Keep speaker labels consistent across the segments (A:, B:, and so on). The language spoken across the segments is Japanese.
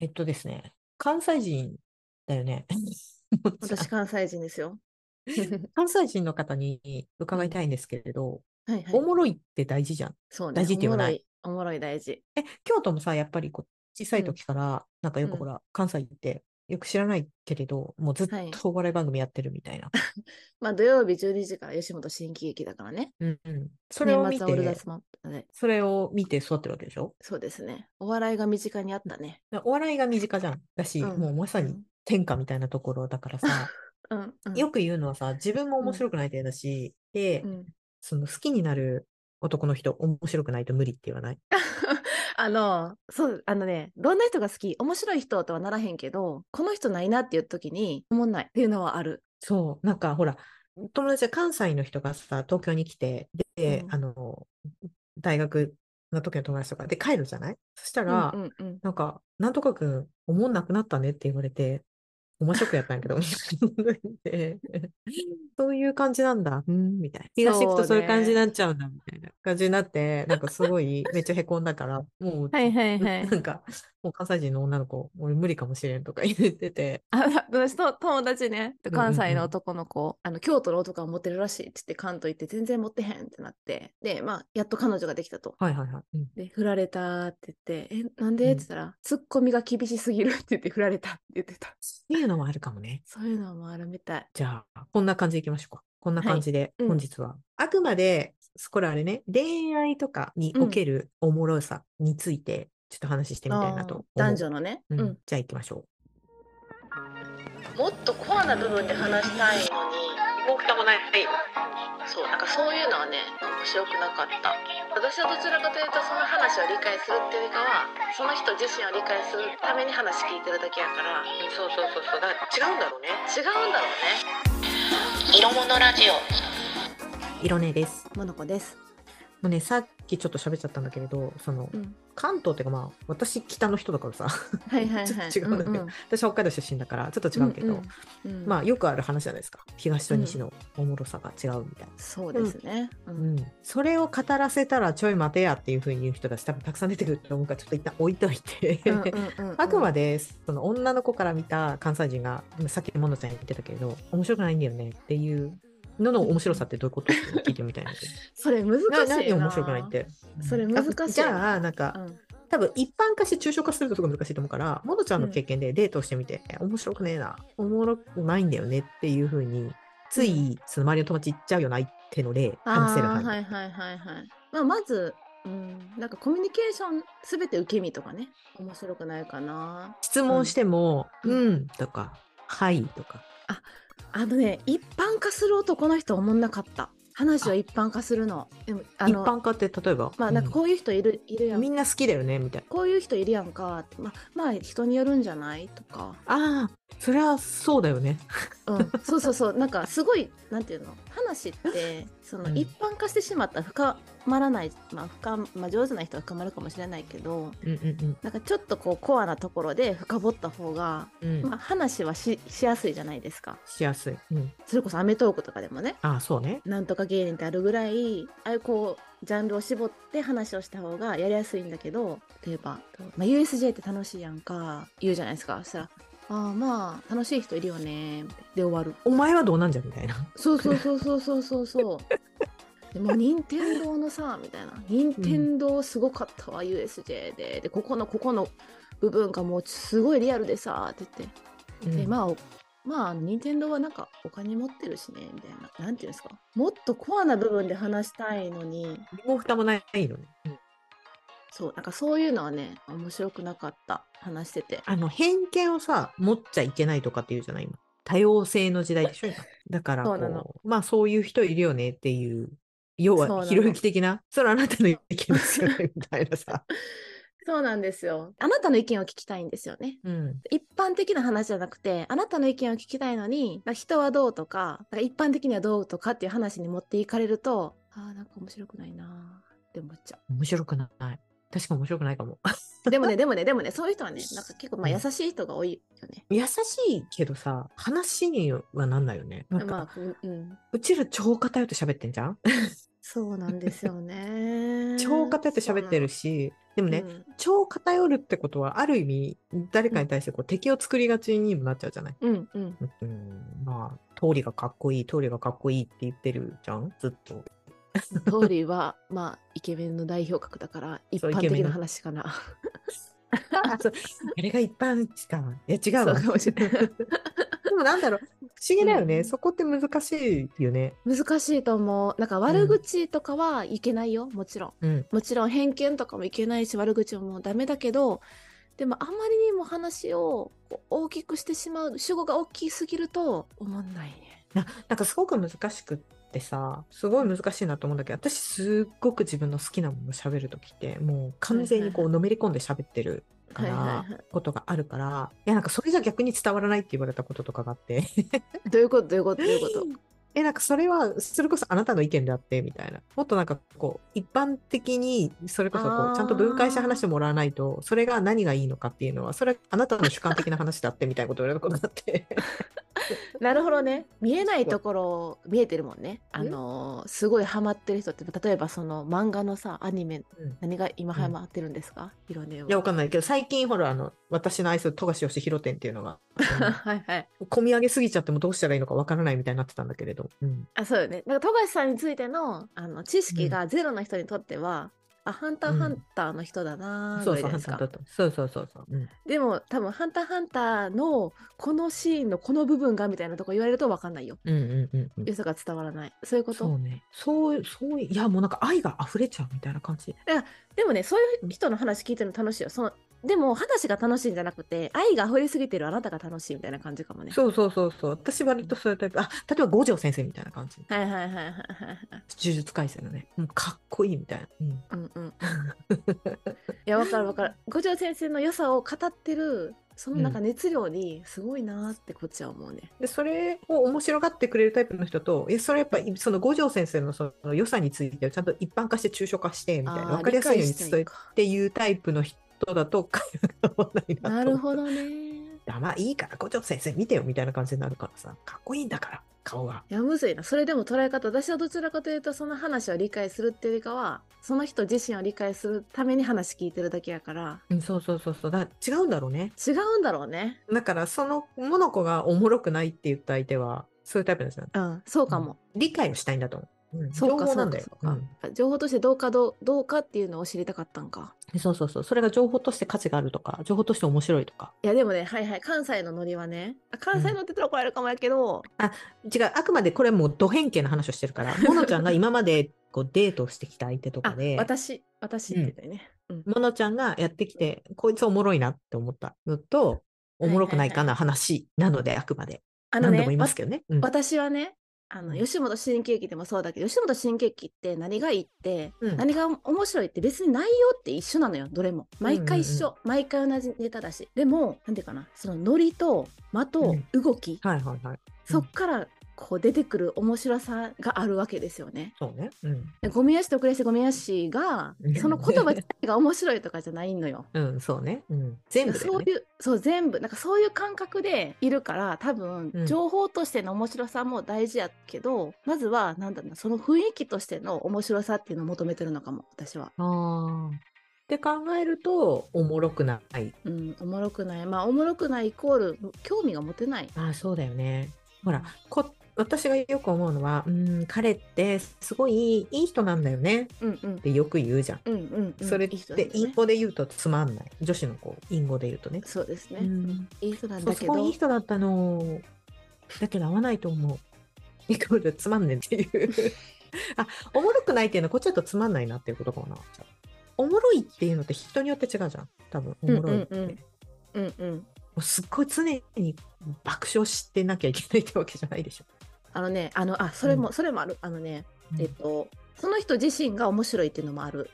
A: えっとですね、関西人だよ ね。
B: 私、関西人で すよ。
A: 関西人の方に伺いたいんですけれど、
B: はいは
A: お
B: い。
A: もろいって大事じゃん。
B: そうね。
A: 大事って言わない
B: おもろい、おもろい大事。
A: え、京都もさ、やっぱりこう小さい時から、なんかよ
B: う
A: く
B: ん
A: ほら、関西行って、よく知らないけれど、もうずっ
B: はい
A: とお笑い番組やってるみたい な。
B: まあ、土曜日12時から吉本新喜劇だからね。
A: うんうん。それを
B: 年
A: 見
B: 末は俺が
A: て、
B: スマップで。
A: それを見て育ってるわけでしょ
B: そうですね。お笑いが身近にあったね。
A: だからお笑いが身近じゃん。だし、
B: うん
A: もうまさ
B: う
A: に
B: ん。
A: 天下みたいなところだからさ、
B: うん。うん
A: よく言うのはさ、自分も面白くないってだし、で
B: う、ん。
A: その好きになる男の人、面白くないと無理って言わない
B: あの、そう、あのね、どんな人が好き、面白い人とはならへんけど、この人ないなっていう時に、おもんないっていうのはある。
A: そう、なんかほら、友達で関西の人がさ、東京に来て、で、
B: うん
A: あの、大学の時の友達とか、で、帰るじゃないそした
B: うん
A: ら、
B: うんうん。
A: なんか、なんとかくん、おもんなくなったねって言われて、面白くやったんやけど、みたいな でそういう感じなんだ、うん、みたいな。東行くとそういう感じになっちゃうんだ、みたいな感じになって、なんかすごい、めっちゃへこんだから、もう、
B: はい はいはい
A: な。んか、もう関西人の女の子、俺無理かもしれんとか 言ってて、
B: あ私の友達ね、
A: んうんうん
B: 関西の男の子、あの京都の男はモテるらしいって言って関東行って全然モテへんってなって、で、まあ、やっと彼女ができたと。
A: はいはいはい。うん
B: で、振られたって言って、え、なんで
A: う
B: っ
A: ん
B: て言ったら、ツッコミが厳しすぎるって言って振られたって言ってた。
A: っていうのもあるかもね。
B: そういうのもあるみたい。
A: じゃあ、こんな感じでいきましょうか。こんな感じで、
B: うん
A: 本日は。あくまで、これあれね、恋愛とかにおけるおもろさについて、ちょっと話してみたいなと
B: あー
A: 思う。
B: 男女のね。
A: う
B: うんん。
A: じゃあ行きましょ
B: もっとコアな部分で話したいのに、
A: う。もう蓋もない。
B: そう、なんかそういうのはね、面白くなかった。私はどちらかというと、その話を理解するっていうよりかは、その人自身を理解するために話聞いてるだけやから、
A: そうそうそうそう。だから違うんだろうね。
B: 違うんだろう
C: 色物ラジオ
A: 色ねです。も
B: ね。モノコです。
A: うね、さっきちょっと喋っちゃったんだけれど、その、
B: うん
A: 関東っていうかまあ、私北の人だからさ、
B: はいはいはい。
A: ちょっと違うんだけど
B: んん
A: 私北海道出身だから、ちょっと違うけど、
B: うんうんうん
A: まあよくある話じゃないですか。東と西のおもろさが違うみたいな。
B: そうですね。う
A: うんん、それを語らせたらちょい待てやっていうふうに言う人たち多分たくさん出てくると思うからちょっと一旦置いといて、 あくまで
B: で
A: その女の子から見た関西人がさっきものちゃん言ってたけれど面白くないんだよねっていうのの面白さってどういうことって聞いてみ たいんですよ
B: それ難しい
A: な
B: な。
A: 何面白くないっ。て
B: それ難しいな
A: あじゃあなんか
B: うん
A: 多分一般化して抽象化するとすごい難しいと思うからものちゃんの経験でデートをしてみて、面白くねえなおもろくないんだよねっていうふうについその周りの友達行っちゃうよなっての例話せる
B: あ
A: 範
B: ー
A: 囲で。
B: はいはいはいはい。まあまず、うん、なんかコミュニケーションすべて受け身とかね、面白くないかな。
A: 質問しても、う、
B: うんん
A: とか、はいとか。
B: あのね、一般化する男の人おもんなかった。話を一般化するの。でもあ
A: 一
B: の
A: 般化って例えば、
B: まあなんかこういう人いる、いる
A: う
B: や
A: ん
B: ん
A: み。んな好きだよねみたいな。
B: こういう人いるやんか。まあまあ人によるんじゃないとか。
A: ああ、そりゃそうだよね。
B: うん、 そうそうそうなんかすごいなんていうの話ってその
A: うん
B: 一般化してしまったら深まらない、まあ深まあ、上手な人は深まるかもしれないけど
A: うんうん
B: なんかちょっとこうコアなところで深掘った方が、
A: うん。うん
B: まあ、話はししやすいじゃないですか
A: しやすい。うん、
B: それこそ『アメトーーク』とかでもね
A: ああ、そうね。
B: なんとか芸人ってあるぐらいああいうこうジャンルを絞って話をした方がやりやすいんだけど例えば、まあ、USJ って楽しいやんか言うじゃないですかそしたら「ああまあ楽しい人いるよね」みたいなで終わる。
A: お前はどうなんじゃみたいな。
B: そうそうそうそうそうそうそう。でも任天堂のさみたいな「任天堂すごかったわ USJ で」でここのここの部分がもうすごいリアルでさって言って、で
A: あ、
B: まあおまああの任天堂はなんかお金持ってるしねみたいななんていうんですかもっとコアな部分で話したいのに
A: 身も蓋もないのね。うん
B: そうなんかそういうのはね面白くなかった話してて
A: あの、偏見をさ、持っちゃいけないとかって言うじゃない今。多様性の時代でしょ今。だから
B: そうな
A: こ
B: の
A: う、まあそういう人いるよねっていう、要
B: そうな
A: は、
B: の
A: ひろゆき的な、それはあなたの意見ですよね、みたいな さ。
B: そうなんですよあなたの意見を聞きたいんですよね
A: うん。
B: 一般的な話じゃなくてあなたの意見を聞きたいのになんか人はどうとかなんか一般的にはどうとかっていう話に持っていかれるとあーなんか面白くないなーって思っちゃ
A: 面白くない。確かに面白くないかも。
B: うで もねでもねでもねそういう人はねなんか結構まあ
A: うん
B: 優しい人が多いよね、
A: 優しいけどさ、話にはなんないよね。なんか、
B: まあうんうん
A: うちら超偏って喋ってんじゃん
B: そうなんですよ ね
A: 超偏って喋ってるし、でもね、
B: うん
A: 超偏るってことは、ある意味、誰かに対してこう敵を作りがちにもなっちゃうじゃない。
B: うんうん
A: うん、まあ、通りがかっこいい、通りがかっこいいって言ってるじゃん、ずっと。
B: 通りはまあイケメンの代表格だから一
A: そう
B: 般
A: イケメ
B: 的
A: ンの
B: な話かな
A: あそうあれが一般しか。いや、違うわ。
B: そうかもしれない
A: でもなんだろう、不思議だよね。
B: うん
A: そこって難しいよね。
B: 難しいと思うなんか悪口とかはいけないよもちろん
A: うん。
B: もちろん偏見とかもいけないし悪口ももうダメだけどでもあまりにも話をこう大きくしてしまう主語が大きすぎると思んないね。
A: ななんかすごく難しくってさ、すごい難しいなと思うんだけど、私すっごく自分の好きなものを喋るときって、もう完全にこうのめり込んで喋ってるか
B: はいは
A: ら
B: いは、
A: ことがあるから、いや、なんかそれじゃ逆に伝わらないって言われたこととかがあって、
B: い、どういうことどういうことどういう こと
A: え、なんかそれは、それこそあなたの意見であって、みたいな。もっとなんかこう、一般的に、それこそこ
B: あー
A: う、ちゃんと分解して話してもらわないと、それが何がいいのかっていうのは、それはあなたの主観的な話だって、みたいなことを言われたことがあ って。
B: なるほどね見えないところ見えてるもんねあのーすごいハマってる人って例えばその漫画のさアニメ
A: うん
B: 何が今ハマってるんですか、ヒロネはい
A: や、わかんないけど、最近ほら、あの、私の愛する富樫義弘店っていうの が、あ
B: はいはい
A: の込み上げすぎちゃってもどうしたらいいのかわからないみたいになってたんだけれど。うん。
B: あそうよねなんか富樫さんについてのあの知識がゼロの人にとっては、あハンタ
A: う
B: ー
A: ん
B: ハンターの人だなー
A: そ
B: ぐ
A: う
B: らいじ
A: そ
B: ゃ
A: う、ハ
B: ないで
A: ンターハン
B: すか
A: ターとそうそうそうそう。うん。
B: でも多分「ハンターハンター」のこのシーンのこの部分がみたいなとこ言われると分かんないよ。
A: うんうんうんうん。
B: 良さが伝わらない。そういうこ
A: そ
B: と
A: う。ね。そう、そう、いや、もうなんか愛が溢れちゃうみたいな感じ。
B: でもねそういう人の話聞いてるの楽しいよ。そのでも話が楽しいんじゃなくて愛が溢れすぎてるあなたが楽しいみたいな感じかもね。
A: そうそうそうそう。私割とそういうタイプ。あ、例えば五条先生みたいな感じ。呪
B: はいはいはいはいはいはい。
A: 術廻戦のね。もうかっこいいみたいな。うん。
B: うんうん。いや分かる分かる。五条先生の良さを語ってるそのなんか熱量にすごいなーってこっちは思うね。
A: で、それを面白がってくれるタイプの人と、え、それやっぱ、その五条先生のその良さについてちゃんと一般化して抽象化して、みたいな。
B: あー
A: わかりやすいように
B: 理解
A: 伝
B: した
A: え
B: いか
A: っていうタイプの人だと、会話が合わないなと。
B: なるほどね。
A: あ。まあいいから、五条先生見てよ、みたいな感じになるからさ。かっこいいんだから、顔が。
B: いやむずいなそれでも捉え方私はどちらかというとその話を理解するっていうよりかはその人自身を理解するために話聞いてるだけやから
A: うん、そうそうそうそう。だ違うんだろうね。
B: 違うんだろうね
A: だから、その、モノコがおもろくないって言った相手は、そういうタイプなんですよね。
B: うんそうかも、
A: 理解をしたいんだと思う。うん、
B: そう
A: 情
B: か
A: 報
B: そ
A: なん
B: う
A: だ
B: か
A: よ
B: そう
A: う
B: か、
A: ん
B: 情報としてどうかどうどうかっていうのを知りたかったんか
A: そうそうそう。それが情報として価値があるとか、情報として面白いとか。
B: いやでもねはいはい関西のノリはねあ関西のって言ったら怒られるかもやけど、
A: 違う、あくまでこれはもうド変形の話をしてる から、モノちゃんが今までこうデートをしてきた相手とか
B: あ
A: で、
B: 私私って言ったよね、うん
A: モノちゃんがやってきて、こいつおもろいなって思ったのと、おもろくないかな話なので、あくまで。
B: あ
A: 何
B: の
A: 度も
B: ね
A: 言いま
B: わ
A: すけどね。うん
B: 私はねあ
A: う
B: の
A: ん
B: 吉本新喜劇でもそうだけど吉本新喜劇って何がいいって、
A: うん
B: 何が面白いって別に内容って一緒なのよどれも毎回一緒、
A: うん
B: 毎回同じネタだしでもなんていうかなそのノリと間
A: う
B: と
A: ん
B: 動き、
A: はいはいはい。
B: そっからこう出てくる面白さがあるわけですよね。
A: そうね。うん。
B: ゴミ屋敷と暮らしてゴミ屋敷が
A: うん
B: その言葉自体が面白いとかじゃないのよ。
A: うん、そうね。うん。全部だ
B: そ
A: よ
B: う
A: ね。
B: いうそう全部なんかそういう感覚でいるから多分、
A: うん
B: 情報としての面白さも大事やけどまずはなんだろうなその雰囲気としての面白さっていうのを求めてるのかも私は、
A: ああ。って考えると、おもろくない。
B: うん、おもろくないまあおもろくないイコール興味が持てない
A: ああ、そうだよね。ほら、こ私がよく思うのは、うん、彼ってすごいいい人なんだよね
B: うんうん
A: ってよく言うじゃん。
B: うんうんうん
A: それっ
B: いい人
A: て
B: で、す
A: イン
B: ね
A: ゴで言うとつまんない。女子の子、インゴで言うとね。
B: そうですね、
A: う
B: うんんいい人なん
A: そう
B: だけ
A: す
B: ど
A: ごいいい人だったの。だけど合わないと思う。イコールつまんねんっていう。あ、おもろくないっていうのはこっちだとつまんないなっていうことかな。おもろいっていうのって人によって違うじゃん。多分、おもろいって。
B: うんうんうんうんうん
A: もうすっごい常に爆笑してなきゃいけないってわけじゃないでしょ。
B: あのねあのあそれも、それもあるあのね、えっとその人自身が面白いっていうのもある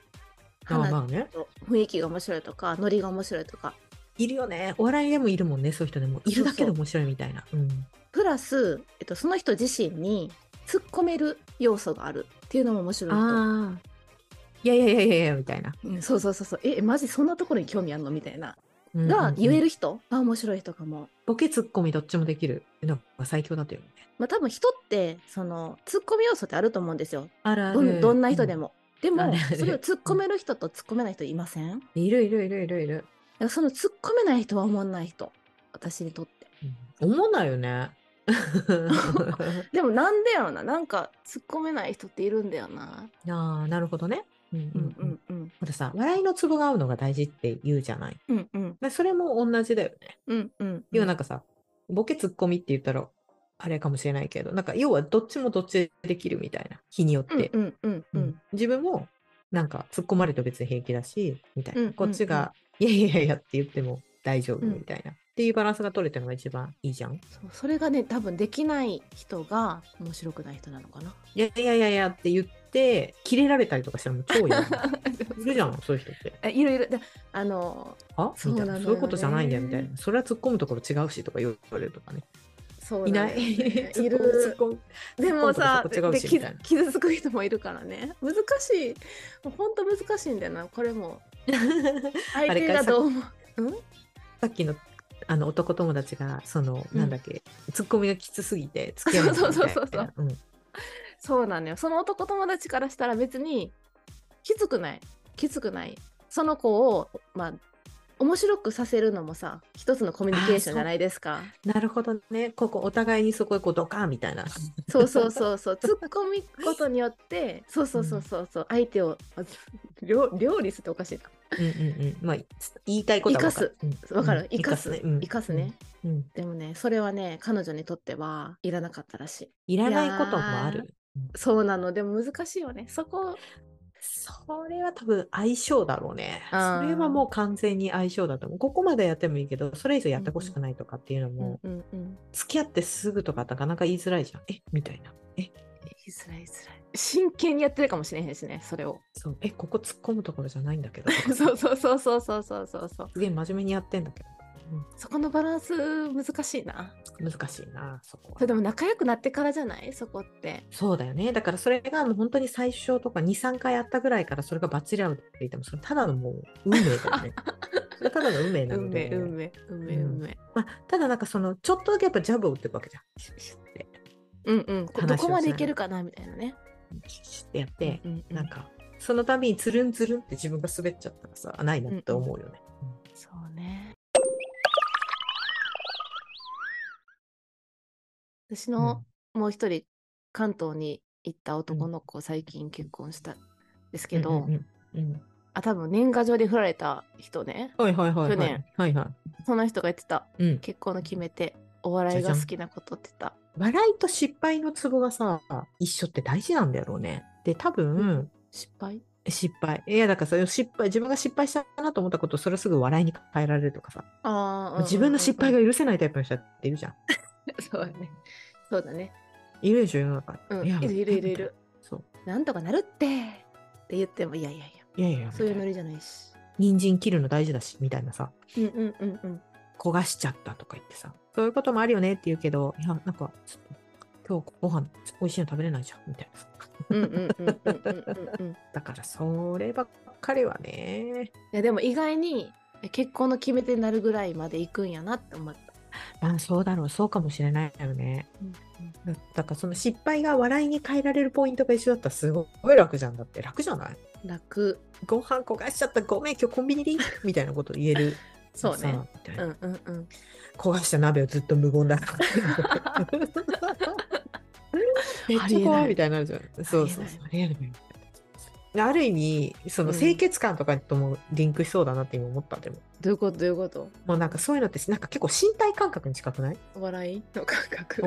A: あ
B: 話
A: まあね。
B: 雰囲気が面白いとかノリが面白いとか
A: いるよね。お笑いでもいるもんね、そういう人でも。いるだけで面白いみたいな。うん
B: プラス、えっと、その人自身に突っ込める要素があるっていうのも面白いと、
A: ああ。いやいやいやいやいや、みたいな。
B: うん、そうそうそうそうえマジそんなところに興味あんのみたいな
A: うんうんうん
B: が言える人が面白い人かも
A: ボケツッコミどっちもできる。っていうのが最強だというね。
B: まあ多分人ってそのツッコミ要素ってあると思うんですよ
A: あるあ
B: どんどんな人で。も、で
A: あ
B: も
A: るある
B: それを突っ込める人と突っ込めない人いませんだか
A: うんいるいるいるいるいる。
B: らその突っ込めない人は思わない人私にと って
A: うん思わないよ ね。
B: でもなんでやろななんか突っ込めない人っているんだよな
A: ああ、なるほどね。うん
B: う
A: うんう。
B: んうんんうん
A: またさ、笑いのツボが合うのが大事って言うじゃない。
B: うんうん
A: でそれも同じだよね。
B: うんうん
A: 要はなんかさ、ボケツッコミって言ったら、あれかもしれないけど、なんか要はどっちもどっちでできるみたいな、日によっ
B: うん
A: て。
B: うんうんう
A: うんん自分も、なんか突っ込まれて別に平気だし、みたい
B: うんう
A: な。
B: ん
A: こっちが、いやいやいやって言っても大丈夫みたいな。っていうバランスが取れてるのが一番いいじゃん。
B: そうそれがね多分できない人が面白くない人なのかない
A: やいやいやいやって言って、切れられたりとかしたらもう超嫌だ。 いるじゃん、そういう人って。
B: えいろいろであの
A: あ
B: そう
A: みたい
B: なの
A: な。
B: よ
A: そういうことじゃないんだよ、
B: ね
A: みたいな。それは突っ込むところ違うしとか言われるとかね。
B: そう
A: い
B: んだよ
A: ない。
B: ね
A: 突っ
B: い
A: 込む突っ
B: る
A: 込む
B: でもさ
A: 突っ込むとこ違うし
B: で傷
A: みたいな
B: 傷つく人もいるからね難しいもうほんと難しいんだよなこれ も相手がどう思う
A: さっきのあの男友達がその、
B: うん
A: なんだっけツッコミがきつすぎて付き合わなかった
B: そうそうそうそう
A: みたいな
B: そうなのよその男友達からしたら別にきつくないきつくないその子をまあ面白くさせるのもさ一つのコミュニケーションじゃないですか
A: うんなるほどねここお互いにそこへこうドカーンみ たいな
B: そうそうそうそう突っ込みことによってそうそうそうそうそう相手をあ料料理するっておかしいな
A: うんうんうんまあ言いたいことは分かる
B: わかる
A: うん
B: 生かす
A: うん
B: 生かすね
A: うんうん
B: でもねそれはね彼女にとってはいらなかったらしい
A: いらないこともあ
B: いや
A: る
B: そうなのでも難しいよねそこ
A: それは多分相性だろうねそ
B: あー
A: れはもう完全に相性だと思うここまでやってもいいけどそれ以上やってほしくないとかっていうの
B: う
A: も
B: ん、うんうん
A: 付き合ってすぐとかなかなか言いづらいじゃんえみたいな
B: 言いづらい言いづらい真剣にやってるかもしれへんしねそれを
A: そうえここ突っ込むところじゃないんだけどとか
B: そうそうそうそうそうそうそうそう
A: すげえ真面目にやってんだけ
B: そこのバランス難しいな
A: ど難しいなそこ
B: そ
A: は
B: れでも仲良くなってからじゃないそこって
A: そうだよねだからそれがもう本当に最初とか23回やったぐらいからそれがバッチリ合うって言ってもそれただのもう運命だ よねそれただの運命なの
B: 運命
A: で
B: 運命運命
A: うん
B: 運命
A: まあ、ただなんかそのちょっとだけやっぱジャブを打っていくわけじゃんシュッシュッて
B: うんうんこ
A: 話を
B: どこま
A: し
B: で
A: ない
B: いけるかなみたいなね
A: シュッシュッてやって、
B: うんうん
A: なんかそのたびにつるんつるんって自分が滑っちゃったらさあないなって思うよね、
B: そうね私
A: うん
B: のもう一人関東に行った男の子最近結婚したんですけ
A: う
B: ど、
A: んうんうん
B: あ多分年賀状で振られた人ね
A: はいはいはいはい
B: 去年
A: はいは
B: その人が言ってた
A: い、うん、
B: 結婚の決め手お笑いが好きなことって言った
A: 笑いと失敗のツボがさ一緒って大事なんだろうねで多分、
B: 失敗
A: 失敗。いや、だからそれを失敗、自分が失敗したなと思ったことをそれをすぐ笑いに変えられるとかさ、
B: あ
A: 自分の失敗
B: が
A: が許せないタイプの人っているじゃん。
B: そうだねそうだね
A: いるでしょ、世の中に。
B: うん
A: や
B: いるいるいるいる。
A: そう。
B: なんとかなるってって言ってもいやいやい
A: いやいやいや、
B: やそういう
A: みたいな
B: ノリじゃないし
A: 人参切るの大事だし、みたいなさ、
B: うんうんうんうん
A: 焦がしちゃったとか言ってさ、そういうこともあるよねって言うけど、いや、なんか、ちょっと今日ご飯美味しいの食べれないじゃん、みたいなさ。
B: うんうんうんうんうんうんうん
A: だから、そればっかりはね、
B: いやでも意外に結婚の決め手になるぐらいまで行くんやなって思った。
A: あそうだろう、そうかもしれないよね。だだからその失敗が笑いに変えられるポイントが一緒だったらすごい楽じゃんだって楽じゃない
B: 楽。
A: ご飯焦がしちゃったごめん今日コンビニでいいみたいなこと言え る
B: そうね
A: さみたいうなん
B: うんうん。
A: 焦がした鍋をずっと無言だ めっちゃ怖いみたいになるじゃんそうそうそうありえないである意味その
B: うん
A: 清潔感とかともリンクしそうだなって今思ったでも、
B: どういうことどういうこと
A: もうなんかそういうのってなんか結構身体感覚に近くない
B: お笑いの感 覚。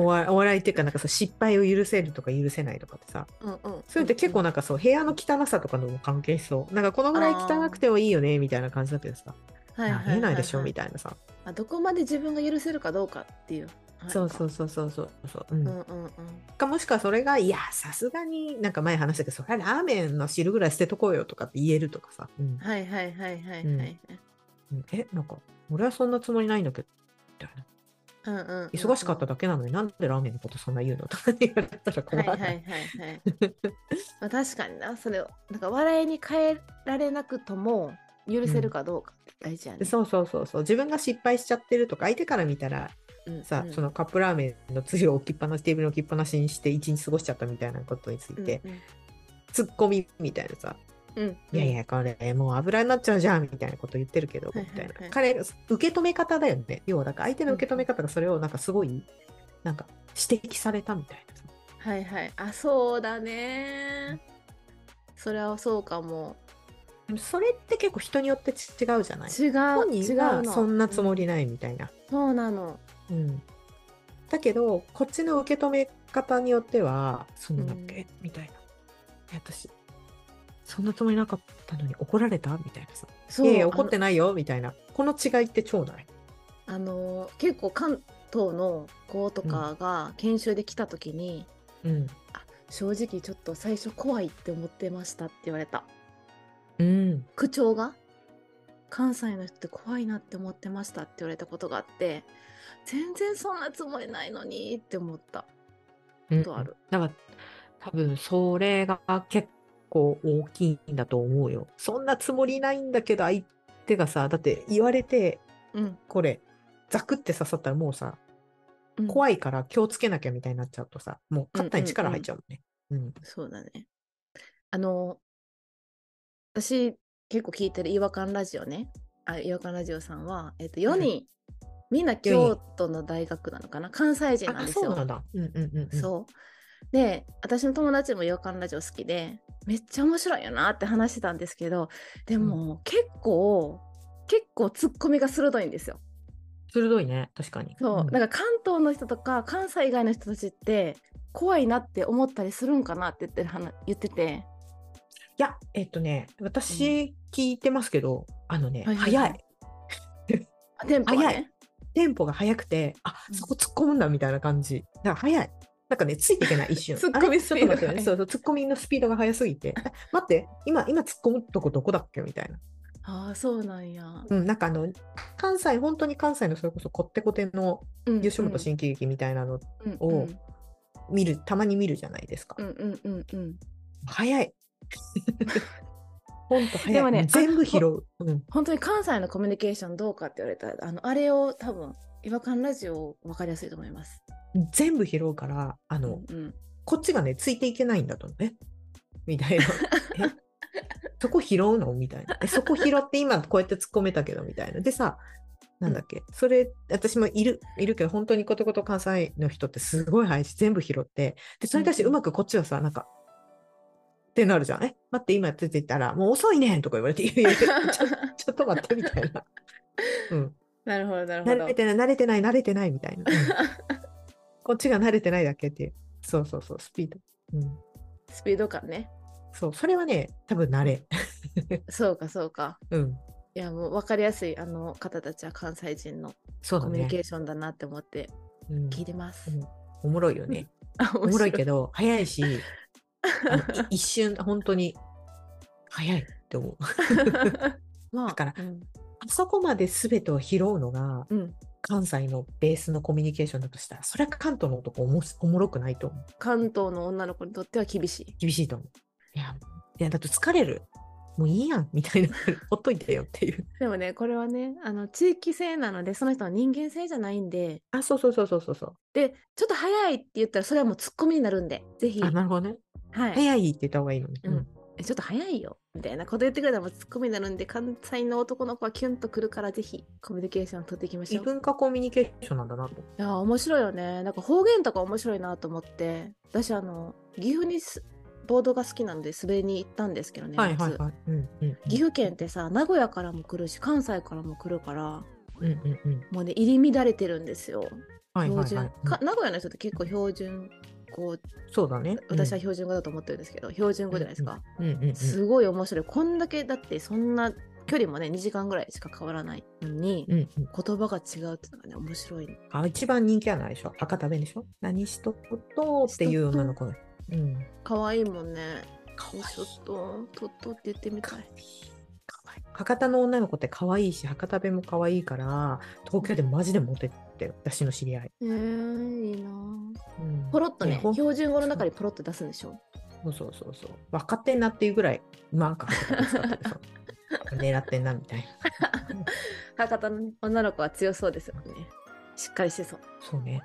A: お笑いお笑いっていうかなんかそう失敗を許せるとか許せないとかってさ
B: うんうん。
A: それって結構なんかそう、部屋の汚さとかのも関係しそう。なんかこのぐらい汚くてもいいよね、みたいな感じだけどさ。
B: は
A: あ
B: い
A: りえないでしょ、み
B: たい
A: たいなさ。
B: な。あどこまで自分が許せるかどうかっていう。。
A: そうそううそうそうそうそう。うん
B: うんうんうん。
A: かもしくはそれが、いや、さすがに、なんか前話したけど、それはラーメンの汁ぐらい捨てとこうよとかって言えるとかさ。うん
B: はいはいはいはいはい。う
A: うんんうんえ、なんか、俺はそんなつもりないんだけど。みたいな
B: うんうんうん。
A: 忙しかっただけなのになんでラーメンのことそんな言うのとかって言われたら
B: は
A: 困
B: いは
A: る。
B: いはいはい。まあ確かにな、それを、なんか笑いに変えられなくとも、許せるかどうかって大事やね。
A: そうそうそうそう自分が失敗しちゃってるとか相手から見たら
B: うん
A: さ、
B: うん
A: そのカップラーメンのつゆを置きっぱなし、テーブルに置きっぱなしにして一日過ごしちゃったみたいなことについて、ツッコミみたいなさ、
B: うんうん、
A: いやいや、これもう油になっちゃうじゃんみたいなこと言ってるけど、
B: はいはい
A: みたいな
B: はい。
A: 彼、受け止め方だよね。要は、だから相手の受け止め方がそれをなんかすごい、なんか指摘されたみたいなさ。
B: はいはいあそうだねそれはそうかも
A: でもそれって結構人によって違うじゃない
B: 違う
A: 本
B: 違
A: 人
B: う
A: が
B: の
A: そんなつも
B: り、
A: りないみたいな。
B: そうなの
A: うん、だけどこっちの受け止め方によっては「そんなんだっけ?」みたいな「え私そんなつもりなかったのに怒られた?」みたいなさ「
B: そう
A: いやいや怒ってないよ」みたいなこの違いって超ない。
B: あの結構関東の子とかが研修で来た時に、
A: うん
B: あ正直ちょっと最初怖いって思ってましたって言われた
A: うん
B: 口調が関西の人って怖いなって思ってましたって言われたことがあって全然そんなつもりないのにって思ったことある、
A: だから多分それが結構大きいんだと思うよ。そんなつもりないんだけど相手がさだって言われて
B: うん
A: これザクって刺さったらもうさ
B: うん、い
A: 怖いから気をつけなきゃみたいになっちゃうとさもう肩に力入っちゃうもんね。うん
B: そうだねあの私結構聞いてる違和感ラジオねあ違和感ラジオさんは、えっと4人、みんな京都の大学なのかな関西人なん
A: あ、
B: です
A: そう
B: よ
A: なんだ。うんうんうんうん。
B: そう。で、私の友達も洋館ラジオ好きで、めっちゃ面白いよなって話してたんですけど、でも結構、結構ツッコミが鋭いんですよ。
A: 鋭いね、確かに。
B: そう。
A: ん
B: なんか関東の人とか関西以外の人たちって、怖いなって思ったりするんかなって言ってる話言ってて、
A: いや、えっとね、私聞いてますけど、あのね、
B: はいはい
A: 早い。
B: あテンポが
A: 早
B: ね。
A: テンポが早くて、あ、
B: うん
A: そこ突っ込むんだみたいな感じ。だから早い。なんかね、ついていけない、一瞬。
B: 突っ込み
A: あれ
B: スピード
A: ちょ
B: が
A: っと待ってねそうそう、突っ込みのスピードが速すぎて。え待って、今、今突っ込むとこどこだっけみたいな。
B: ああ、そうなんや。
A: うん、なんかあの、関西、本当に関西のそれこそこってこての
B: うん
A: 吉本新喜劇みたいなの
B: うん
A: を見る、たまに見るじゃないですか
B: う。んうんうんうん。
A: 早い。本当早い。
B: でもね
A: う全部拾う。うん。
B: 本当に関西のコミュニケーションどうかって言われたら、あの、あれを多分、違和感ラジオ分かりやすいと思います。
A: 全部拾うから、あの、
B: うんうん
A: こっちがね、ついていけないんだとね。みたい な。えそこ拾うのみたいな。えそこ拾って今こうやって突っ込めたけど、みたいな。でさ、なんだっけ、それ、私もいる、いるけど、本当にことこと関西の人ってすごい早いし、全部拾って、で、それに対してうまくこっちはさ、なんか、ってなるじゃん。え、待って、今やってって言ったら、もう遅いねんとか言われて、いやいやいやちょちょっと待って、みたいな。 うん。
B: なるほど、なるほ
A: 慣
B: ど
A: れ。てない、慣れてない、慣れてないみたいな。うん こっちが慣れてないだけっていう。そうそうそう、スピード。うん。
B: スピード感ね。
A: そう、それはね、多分慣れ。
B: そうか、そうか。
A: うん。
B: いや、もう分かりやすい、あの方たちは関西人の
A: そう
B: コ
A: だ
B: ミュニ
A: ね。
B: ケーションだなって思って
A: うん、
B: 聞いてます。
A: うんおもろいよね。
B: あ
A: おもろいけ
B: ど。
A: ど、早いし、 あのい一瞬、本当に、早いって思う。
B: まあ、
A: だから
B: うん、
A: あそこまで全てを拾うのが、
B: うん
A: 関西のベースのコミュニケーションだとしたら、それは関東の男おもしおもろくないと思う。
B: 関東の女の子にとっては厳しい。
A: 厳しいと思う。いや、いやだって疲れる。もういいやん、みたいな。 ほっといてよっていう。
B: でもね、これはね、あの地域性なので、その人の人間性じゃないんで、
A: あ、そうそうそうそうそうそう。
B: で、ちょっと早いって言ったら、それはもうツッコミになるんで、ぜひ、
A: あ、なるほどね。
B: はい、
A: 早いって言った方がいいのね。
B: うんえちょっと早いよみたいなこと言ってくれたらもうツッコミになるんで、関西の男の子はキュンとくるから、ぜひコミュニケーション取っていきまし
A: 異
B: ょう。
A: 文化コミュニケーションなんだなと。
B: いやー面白いよねなんか方言とか面白いなと思って私あの岐阜にすボードが好きなので滑りに行ったんですけどね、
A: はいはい
B: 夏
A: はい。うんうん。
B: 岐阜県ってさ名古屋からも来るし関西からも来るから
A: うんうんうん。
B: もうね入り乱れてるんですよ
A: はい
B: 標
A: はい
B: 準、
A: はい。
B: か名古屋の人って結構標準語
A: そうだね。
B: 私は
A: 標
B: 標準語だと思ってるんですけど、標準語じゃないですか、。
A: うんうんうん。
B: すごい面白いこんだけだってそんな距離もね2時間ぐらいしか変わらないのに、
A: うんうん、
B: 言葉が違うっていうのがね面白いの
A: あ一番人気はないでしょ赤食べでしょ何しとっとっていう女の子の。うん。
B: 可愛いもんね
A: か
B: えちょっととっとって言ってみたい
A: 博多の女の子って可愛いし博多弁も可愛いから東京でマジでモテてる私の知り合い。
B: えー、いいな
A: うん
B: ポロッと
A: いや
B: ね
A: ほん
B: 標準語の中にポロッと出すんでしょ
A: そうそうそうそう。分かってんなっていうぐらいマーク博多弁使って るそう狙ってんなみたいな。
B: 博多のね女の子は強そうですよねしっかりしてそう。
A: そうね。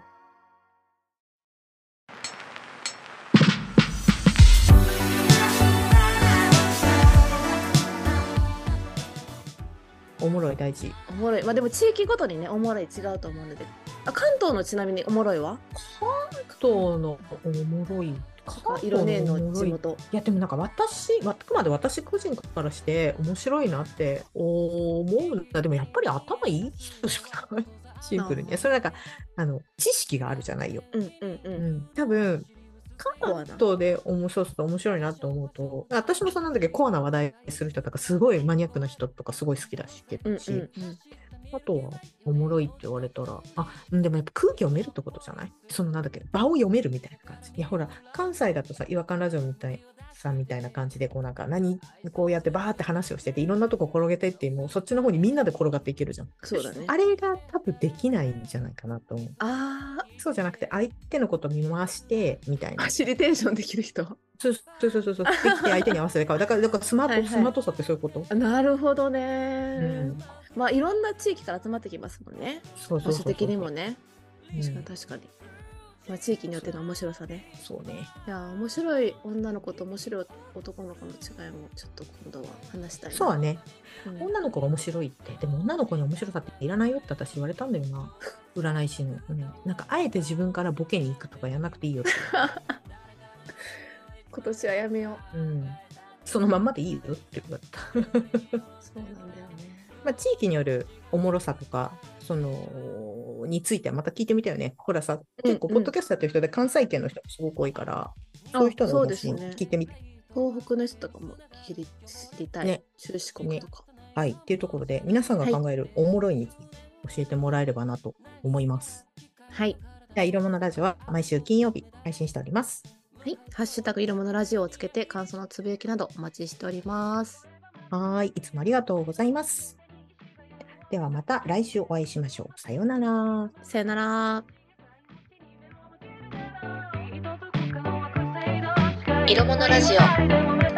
A: おもろい大事。
B: おもろい。まあでも地域ごとにね、おもろい違うと思うので。あ関東のちなみにおもろいは
A: 関東のおもろい。関東
B: 色ねえ
A: お
B: の
A: もろ
B: 地
A: い
B: 元。
A: いやでもなんか私、あくまで私個人からして面白いなって思うんだ。でもやっぱり頭いい人じゃない シンプルに。それなんか、あの、知識があるじゃないよ。
B: うんうんう。
A: うんん。多分、
B: コアな
A: 関東で面白そうと面白いなと思うと、私もそうなんだけど、コアな話題する人とか、すごいマニアックな人とかすごい好きだし、
B: うんうん
A: しあとは、おもろいって言われたら、あ、うんでもやっぱ空気読めるってことじゃないそのなんだっけ、場を読めるみたいな感じ。いや、ほら、関西だとさ、違和感ラジオみたい、さんみたいな感じで、こうなんか、何、こうやってバーって話をしてて、いろんなとこ転げてっていう、もうそっちの方にみんなで転がっていけるじゃん。
B: そうだね
A: あれが多分できないんじゃないかなと思う。
B: ああ、
A: そうじゃなくて、相手のこと見回して、みたい
B: フ
A: な
B: ァ。シリテーションできる人。
A: そうそうそうそうそう。できて相手に合わせて買う。だから、だからスマート、
B: はいはい
A: スマートさってそういうこと。
B: なるほどね、
A: うん。
B: まあいろんな地域から集まってきますもんね。
A: そうそ
B: 場
A: うそうそう。
B: 所的にもね。
A: うん
B: 確かに確かに。まあ地域によっての面白さね。
A: そうね。
B: いやー面白い女の子と面白い男の子の違いもちょっと今度は話したいな。
A: そうはね。
B: うん
A: 女の子が面白いってでも女の子に面白さっていらないよって私言われたんだよな 占い師に、うんなんかあえて自分からボケに行くとかやんなくていいよって、
B: 今年はやめよう。
A: うん、そのまんまでいいよって言われた
B: そうなんだよね。
A: まあ地域によるおもろさとかそのについてはまた聞いてみたよねほらさ結構
B: うん
A: ポッドキャストやってる人で関西圏の人もすごく多いから、そういう人
B: あ
A: の
B: そうで
A: 話
B: す
A: も
B: ね
A: 聞。いてみて、
B: 東北の人とかも知り知りたい。
A: ね
B: 中四国とか。
A: はいっていうところで皆さんが考えるおもろいについて教えてもらえればなと思います、
B: はい。
A: じゃあ色物ラジオは毎週金曜日配信しております
B: はい。ハッシュタグ色物ラジオをつけて感想のつぶやきなどお待ちしております。
A: はーい、いつもありがとうございます。ではまた来週お会いしましょう。さようなら。
B: さよなら。
C: 色物ラジオ